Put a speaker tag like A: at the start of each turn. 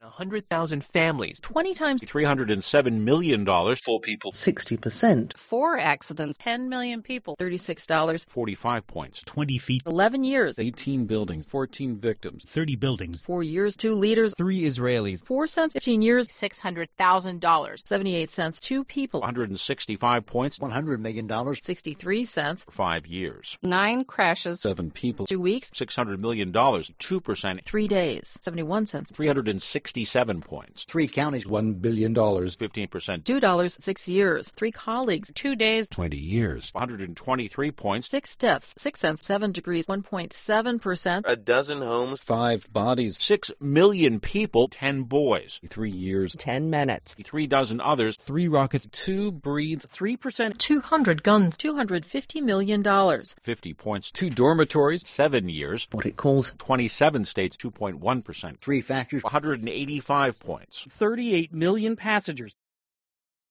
A: 100,000 families,
B: 20 times
C: $307 million
D: Four people.
E: 60%.
B: four accidents, 10 million people, $36,
F: 45 points,
G: 20 feet,
B: 11 years,
F: 18 buildings, 14 victims.
G: 30 buildings,
B: 4 years, 2 liters,
A: three Israelis,
B: 4 cents, 15 years,
H: $600,000.
B: 78 cents, 2 people,
C: 165 points,
I: $100 million.
B: 63 cents,
C: five years,
B: 9 crashes,
F: 7 people.
B: 2 weeks,
C: $600 million, 2%,
B: 3 days, 71 cents,
C: 367 points,
I: Three counties.
F: $1 billion.
C: 15%,
B: $2, 6 years, 3 colleagues, 2 days,
G: 20 years,
C: 123 points,
B: 6 deaths, 6 cents, 7 degrees, 1.7%,
D: A dozen homes.
F: 5 bodies,
C: 6 million people, 10 boys,
F: 3 years.
E: 10 minutes.
C: three dozen others,
A: three rockets,
F: 2 breeds,
H: 3%
B: 200 guns, $250 million,
C: 50 points,
F: 2 dormitories,
C: 7 years,
E: What it calls
C: 27 states, 2.1%,
I: Three factors.
C: 185 points.
H: 38 million passengers.